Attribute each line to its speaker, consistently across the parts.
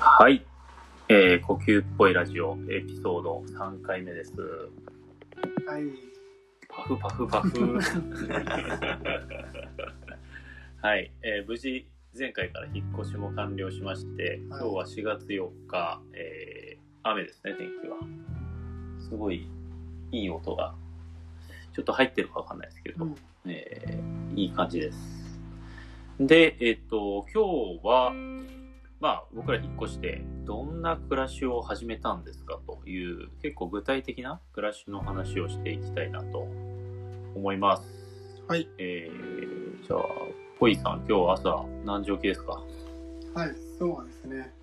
Speaker 1: はい。えー、呼吸っぽいラジオ、エピソード3回目です。
Speaker 2: はい。
Speaker 1: パフパフパフ。 はい。えー、無事、前回から引っ越しも完了しまして、今
Speaker 2: はい
Speaker 1: 日は4月4日、えー、雨ですね、天気は。すごい、いい音が。ちょっと入ってるかわかんないですけど、
Speaker 2: うん
Speaker 1: えーいい感じです。で、えっと、今日は、まあ、僕ら引っ越して、どんな暮らしを始めたんですかという、結構具体的な暮らしの話をしていきたいなと思います。
Speaker 2: はい。
Speaker 1: えー、じゃあ、ぽいさん、今日朝何時起きですか
Speaker 2: はい、そうですね。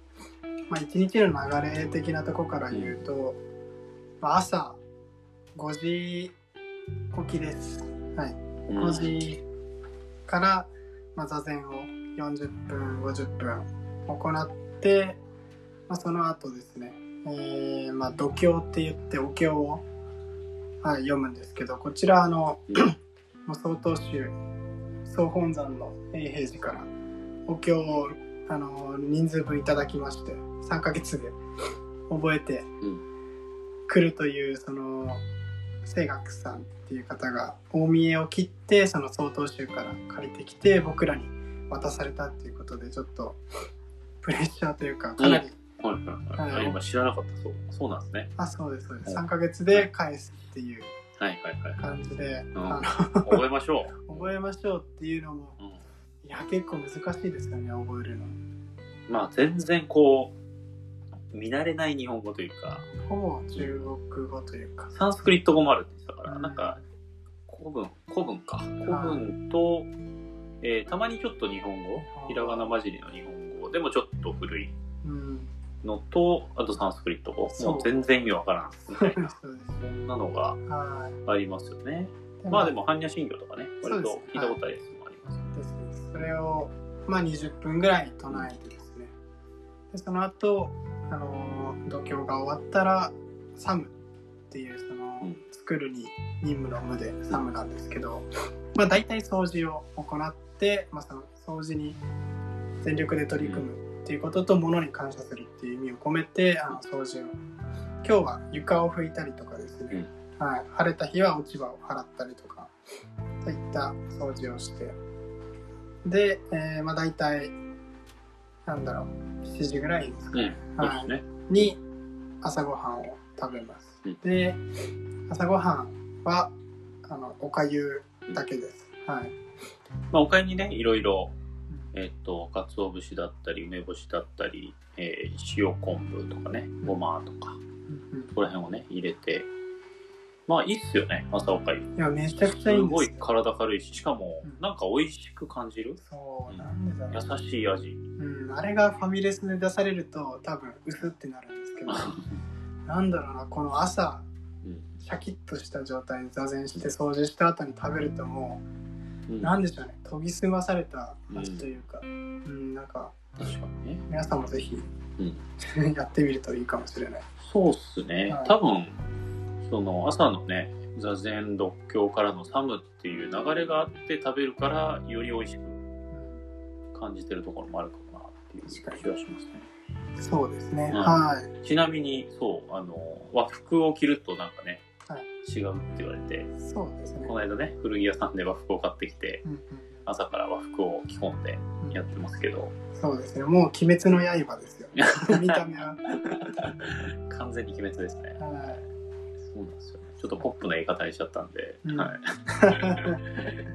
Speaker 2: まあ、一日の流れ的なとこから言うと、まあ、朝5時起きです。5時から、まあ、座禅を40分、50分行って、まあ、その後ですね、えーまあ、度胸って言ってお経を、はい、読むんですけど、こちらあの、
Speaker 1: うん
Speaker 2: もう曹洞宗総本山の永平寺からお経をあの人数分いただきまして3ヶ月で覚えて
Speaker 1: うん
Speaker 2: 来るというその清岳さんっていう方が大見えを切ってその曹洞宗から借りてきて僕らに渡されたっていうことでちょっとプレッシャーというかかなり、
Speaker 1: はいはいはい。あ
Speaker 2: はい
Speaker 1: 今知らなかった。そう、そうなんですね。
Speaker 2: あそうですそうで
Speaker 1: うん
Speaker 2: す3ヶ月で返すっていう
Speaker 1: はいはいはい。
Speaker 2: 感じで、
Speaker 1: ん
Speaker 2: あ
Speaker 1: 覚えましょ
Speaker 2: の覚えましょうっていうのも
Speaker 1: う。うん
Speaker 2: いや結構難しいですよね覚えるの
Speaker 1: まあ全然こう見慣れない日本語というか
Speaker 2: ほぼ中国語というか
Speaker 1: サンスクリット語もあるって言ってたから
Speaker 2: うん
Speaker 1: なんか古文古文か古文と、えーたまにちょっと日本語ひらがな混じりの日本語でもちょっと古い
Speaker 2: うん
Speaker 1: のとあとサンスクリット語
Speaker 2: そう
Speaker 1: もう全然意味わからんみたいな
Speaker 2: そうで
Speaker 1: そんなのが
Speaker 2: すは
Speaker 1: あ
Speaker 2: い
Speaker 1: りますよね
Speaker 2: で
Speaker 1: まあでも般若心経とかね割と
Speaker 2: そうです
Speaker 1: 聞いたことあるやつもあります
Speaker 2: ですねそれをまあ20分ぐらい唱えてですねでその後あのー度胸が終わったらサムっていうその、
Speaker 1: うん
Speaker 2: 作るに任務の無でサムなんですけど、まあ、大体掃除を行って、まあ、その掃除に全力で取り組むっていうことと物に感謝するっていう意味を込めてあの掃除を今日は床を拭いたりとかですね、はい、晴れた日は落ち葉を払ったりとかそういった掃除をしてで、えーまあ、大体なんだろう7時ぐらいですか
Speaker 1: う
Speaker 2: ね、
Speaker 1: んそうですね
Speaker 2: に朝ごはんを食べます、
Speaker 1: うん
Speaker 2: で朝ごはんはあのおかゆだけです、はい、
Speaker 1: まあ、おかゆにねいろいろえっと、鰹節だったり、梅干しだったり、えー塩昆布とかね、ごまとか、
Speaker 2: うん
Speaker 1: そこら辺をね、入れて、まあいいっすよね、朝おかゆ。
Speaker 2: いやめちゃくちゃい
Speaker 1: す
Speaker 2: いんで
Speaker 1: ご
Speaker 2: す
Speaker 1: い体軽いし、しかも
Speaker 2: う、ん
Speaker 1: なんか美味しく感じる。
Speaker 2: そうなんでだろ
Speaker 1: 優しい 味。
Speaker 2: う、うん、あれがファミレスで出されると多分薄ってなる んですけどなんだろうなこの朝
Speaker 1: うん
Speaker 2: シャキッとした状態で座禅して掃除した後に食べるとも
Speaker 1: う
Speaker 2: うんなんでしょうね研ぎ澄まされた味というか、うんなんか
Speaker 1: 確かにね。
Speaker 2: 皆さんもぜひ、 やってみるといいかもしれない。
Speaker 1: そうっすね
Speaker 2: は。い
Speaker 1: 多分、その朝のね、座禅独協からのサムっていう流れがあって食べるから、より美味しく感じてるところもあるかもなっていう気がしますね。
Speaker 2: そうですね、
Speaker 1: うん
Speaker 2: はい
Speaker 1: ちなみに、そう、あの、和服を着るとなんかね、
Speaker 2: は
Speaker 1: 違うって言われて、
Speaker 2: そうですね
Speaker 1: この間ね、古着屋さんで和服を買ってきて、
Speaker 2: うん
Speaker 1: 朝から和服を着込んで
Speaker 2: うんうん
Speaker 1: やってますけど、
Speaker 2: そうですねもう「鬼滅の刃」で すよ見た目は、
Speaker 1: 完全に鬼滅ですね。
Speaker 2: は
Speaker 1: そうなんですよね。ちょっとポップな言い方にしちゃったんで、
Speaker 2: うん
Speaker 1: はい。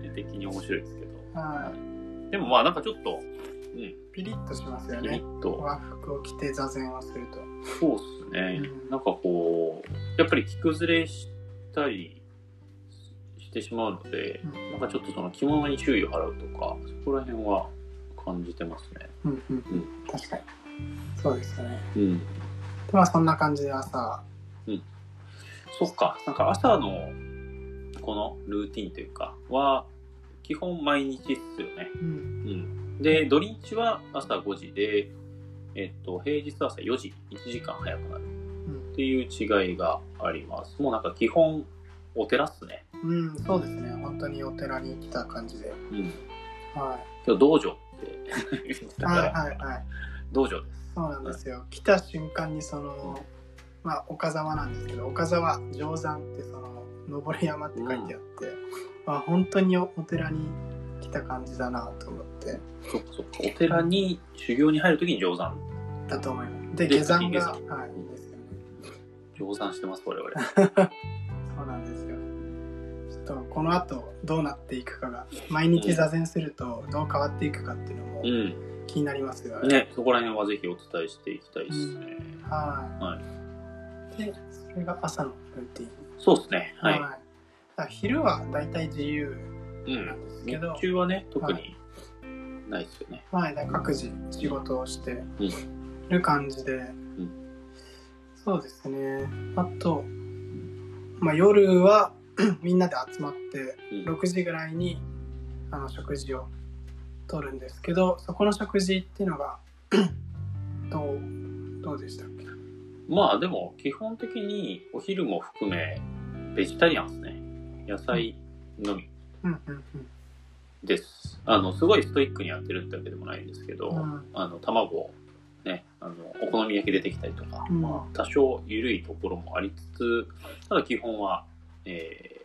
Speaker 1: 絵的に面白いです けど。
Speaker 2: いは
Speaker 1: でもまあなんかちょっと、うん、
Speaker 2: い、ピリッとしますよ
Speaker 1: ピリ
Speaker 2: ね
Speaker 1: ッと、
Speaker 2: 和服を着て座禅をすると、
Speaker 1: そうっすね。
Speaker 2: うん
Speaker 1: なんかこう、やっぱり着崩れしたりしてしまうので、
Speaker 2: うん
Speaker 1: なんかちょっとその着物に注意を払うとか、そこら辺は感じてますね。
Speaker 2: うんうんうん、確かにそうですよね
Speaker 1: うん。
Speaker 2: でまあそんな感じで朝
Speaker 1: そっか、なんか朝のこのルーティンというかは、基本毎日っすよね。
Speaker 2: うん
Speaker 1: うん。で、土日は朝5時で、えっと、平日朝4時、1時間早くなる
Speaker 2: うん、
Speaker 1: っていう違いがあります。もうなんか基本、お寺っすね。
Speaker 2: うん、そうですね本当にお寺に来た感じで、
Speaker 1: うん。
Speaker 2: は
Speaker 1: 今日道場って言っ
Speaker 2: い、
Speaker 1: たか
Speaker 2: はい
Speaker 1: ら、
Speaker 2: はいはい
Speaker 1: 道場です。
Speaker 2: そうなんですよ。来た瞬間にその、まあ、岡沢なんですけど、岡沢定山ってその、登り山って書いてあって、まあ、本当にお寺に来た感じだなと思って、
Speaker 1: そっかそっか。お寺に修行に入るときに定山。
Speaker 2: だと思います。で、
Speaker 1: で
Speaker 2: 下山が、
Speaker 1: 下
Speaker 2: はい、いいですよね。
Speaker 1: 定山してます、我々。
Speaker 2: そうなんですよ。ちょっと、この後どうなっていくかが、毎日座禅するとどう変わっていくかっていうのも
Speaker 1: う
Speaker 2: 気になりますよね
Speaker 1: ん。ね、そこら辺はぜひお伝えしていきたいですね。
Speaker 2: はい。
Speaker 1: はい
Speaker 2: で、それが朝のルーティン。
Speaker 1: そうですね。はい。
Speaker 2: だから昼はだいたい自由
Speaker 1: う
Speaker 2: なん
Speaker 1: ん。
Speaker 2: ですけど
Speaker 1: 日、中はね、特
Speaker 2: は
Speaker 1: にないですよね。
Speaker 2: はい、だから各自仕事をして
Speaker 1: うん
Speaker 2: る感じで、
Speaker 1: ん
Speaker 2: そうですね。あと、まあ、夜は みんなで集まって、
Speaker 1: うん。
Speaker 2: 6時ぐらいにあの食事をとるんですけど、そこの食事っていうのが、 どう、どうでしたっけ
Speaker 1: まあでも、基本的にお昼も含め、ベジタリアンですね。野菜のみ
Speaker 2: うんうん
Speaker 1: です。あの、すごいストイックにやってるってわけでもないんですけど、
Speaker 2: うん
Speaker 1: あの、卵、ね、あの、お好み焼き出てきたりとか、
Speaker 2: うん
Speaker 1: まあ、多少緩いところもありつつ、ただ基本は、えー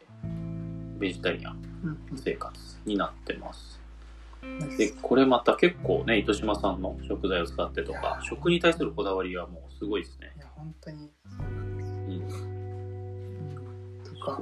Speaker 1: ベジタリアン
Speaker 2: うん。うん
Speaker 1: 生活になってます。
Speaker 2: うん
Speaker 1: で、これまた結構ね、糸島さんの食材を使ってと
Speaker 2: いや
Speaker 1: か
Speaker 2: ー、
Speaker 1: 食に対するこだわりはもうすごいですね。
Speaker 2: いや本当にそうなんですよ。とか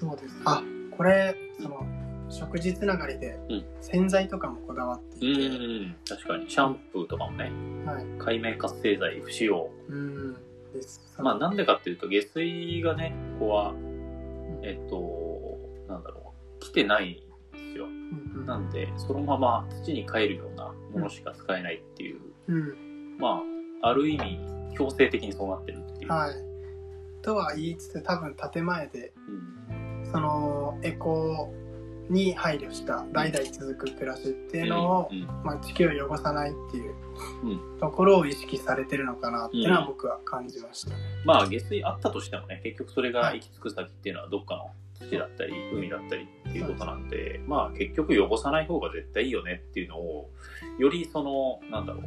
Speaker 2: そうです。あこれその食事つながりで
Speaker 1: うん
Speaker 2: 洗剤とかもこだわって
Speaker 1: う
Speaker 2: いて、
Speaker 1: ん、確かに。シャンプーとかもね、
Speaker 2: はい。
Speaker 1: 界面活性剤不使用。
Speaker 2: うんです。
Speaker 1: まあ、なんでかっていうと、下水がね、ここは、
Speaker 2: うん
Speaker 1: えっと、なんだろう、来てないんですよ。
Speaker 2: うん
Speaker 1: なんで、そのまま土に帰るようなものしか使えないっていう、
Speaker 2: うん
Speaker 1: まあ、ある意味、強制的にそうなってるっていう。
Speaker 2: はい。とは言いつつ多分建前で
Speaker 1: うん
Speaker 2: そのエコに配慮した代々続く暮らしっていうのを、
Speaker 1: うんうん
Speaker 2: まあ、地球を汚さないっていう
Speaker 1: う
Speaker 2: ところを意識されてるのかなっていうのは僕は感じました。
Speaker 1: まあ下水あったとしてもね結局それが行き着く先っていうのはどっかの土だったり海だったりっていうことなんでまあ結局汚さない方が絶対いいよねっていうのをよりそのなんだろ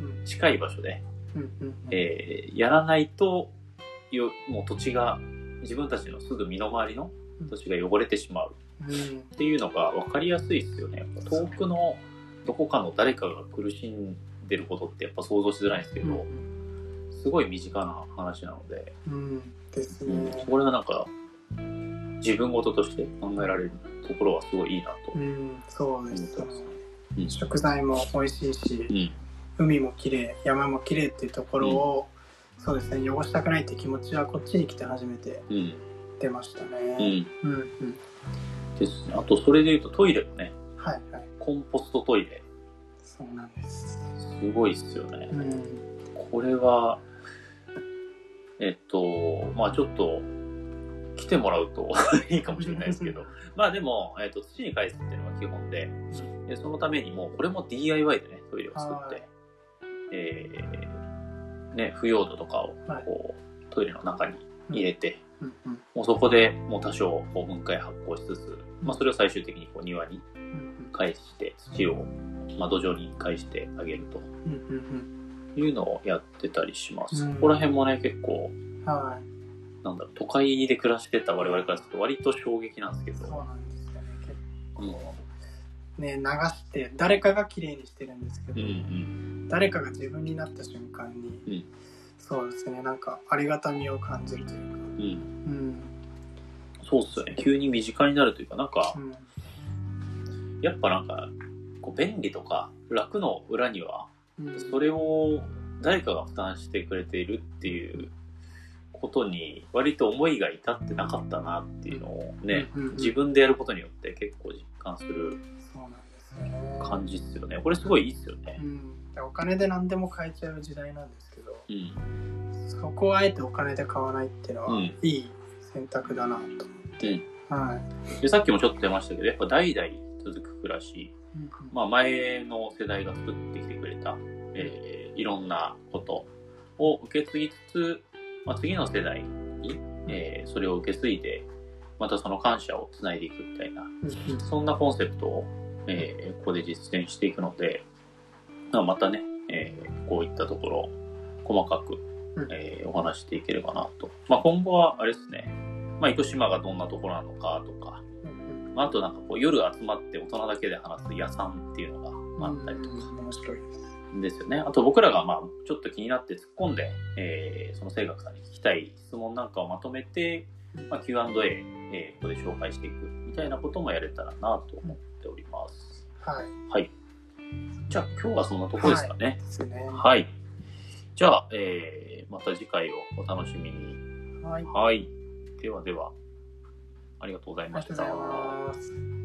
Speaker 1: う
Speaker 2: うん
Speaker 1: 近い場所で、
Speaker 2: うんうんうん
Speaker 1: えーやらないとよもう土地が自分たちのすぐ身の回りの土地が汚れてしまう
Speaker 2: うん
Speaker 1: っていうのが分かりやすいですよね遠くのどこかの誰かが苦しんでることってやっぱ想像しづらいんですけ
Speaker 2: う
Speaker 1: ど
Speaker 2: ん
Speaker 1: すごい身近な話なので。
Speaker 2: うんです
Speaker 1: うん
Speaker 2: ね。
Speaker 1: これはなんか自分事として考えられるところはすごいいいなと
Speaker 2: う
Speaker 1: 思っ
Speaker 2: ん、そう
Speaker 1: てま
Speaker 2: で
Speaker 1: すす
Speaker 2: よね。
Speaker 1: うん
Speaker 2: 食材も美味しいし、海も綺麗、山も綺麗っていうところを、そうですね、汚したくないって気持ちはこっちに来て初めて
Speaker 1: うんうん
Speaker 2: 出ました
Speaker 1: う
Speaker 2: ね。
Speaker 1: ん
Speaker 2: うん、うん、
Speaker 1: ですねあとそれでいうとトイレもね
Speaker 2: はいはい。
Speaker 1: コンポストトイレ
Speaker 2: そうなんです。
Speaker 1: すごいっすよね
Speaker 2: うん、
Speaker 1: これはえっとまあちょっと来てもらうと いいかもしれないですけ どまあでも、えっと土に返すっていうのが基本ででそのためにもうこれも DIY でねトイレを作っ
Speaker 2: は
Speaker 1: て
Speaker 2: い、
Speaker 1: えーね、腐葉土とかを
Speaker 2: はい
Speaker 1: こうトイレの中に入れて、
Speaker 2: うん、うん、
Speaker 1: もうそこでもう多少こう分解発酵しつつ、まあ、それを最終的にこう庭に
Speaker 2: うん、
Speaker 1: 返して土を、まあ、土壌に返してあげると
Speaker 2: うん、うん、
Speaker 1: いうのをやってたりします、
Speaker 2: うん
Speaker 1: ここら辺もね結構
Speaker 2: うん、はい。
Speaker 1: なんだろう都会で暮らしてた我々からすると割と衝撃なんですけ
Speaker 2: そう
Speaker 1: ど、
Speaker 2: なんですよね。結
Speaker 1: うんうん
Speaker 2: 構ね、流して、誰かが綺麗にしてるんですけ
Speaker 1: う
Speaker 2: ど、
Speaker 1: ん、
Speaker 2: 誰かが自分になった瞬間に、
Speaker 1: うん
Speaker 2: そうですねなんかありがたみを感じるというか
Speaker 1: うん
Speaker 2: うん、
Speaker 1: そうっすよね急に身近になるというかなんか
Speaker 2: うん、
Speaker 1: やっぱなんかこう便利とか楽の裏には
Speaker 2: うん
Speaker 1: それを誰かが負担してくれているっていうことに割と思いが至ってなかったなっていうのをね、
Speaker 2: うんうんうん
Speaker 1: 自分でやることによって結構実感する
Speaker 2: そうなんですよね
Speaker 1: 感じっすよねこれすごいいいっすよね
Speaker 2: うん、お金で何でも買えちゃう時代なんですけど
Speaker 1: うん
Speaker 2: そこをあえてお金で買わないっていうのは、
Speaker 1: うん
Speaker 2: いい選択だなと思って、はい、
Speaker 1: でさっきもちょっと出ましたけどやっぱ代々続く暮らし、
Speaker 2: うん
Speaker 1: まあ、前の世代が作ってきてくれた、えーいろんなことを受け継ぎつつ、まあ、次の世代に、えーそれを受け継いでまたその感謝をつないでいくみたいな
Speaker 2: うんうん
Speaker 1: そんなコンセプトを、えーここで実践していくので、まあまたね、えーこういったところ、細かく、
Speaker 2: うん
Speaker 1: えーお話していければなと。まあ、今後は、あれですね、まあ、生島がどんなところなのかとか、
Speaker 2: うん
Speaker 1: まあ、あとなんかこう、夜集まって大人だけで話す屋さんっていうのがあったりとか、
Speaker 2: うん面白い。
Speaker 1: ですよね。あと僕らがまあちょっと気になって突っ込んで、えーその清学さんに聞きたい質問なんかをまとめて、まあ、Q&A、えーここで紹介していくみたいなこともやれたらなと思っております。
Speaker 2: はい。
Speaker 1: はい。じゃあ今日はそんなとこですかね。
Speaker 2: ですね。
Speaker 1: はい。じゃあ、えーまた次回をお楽しみに。
Speaker 2: はい。
Speaker 1: はい。ではでは、ありがとうござい
Speaker 2: ありが
Speaker 1: まし
Speaker 2: とうござい
Speaker 1: た。
Speaker 2: ます。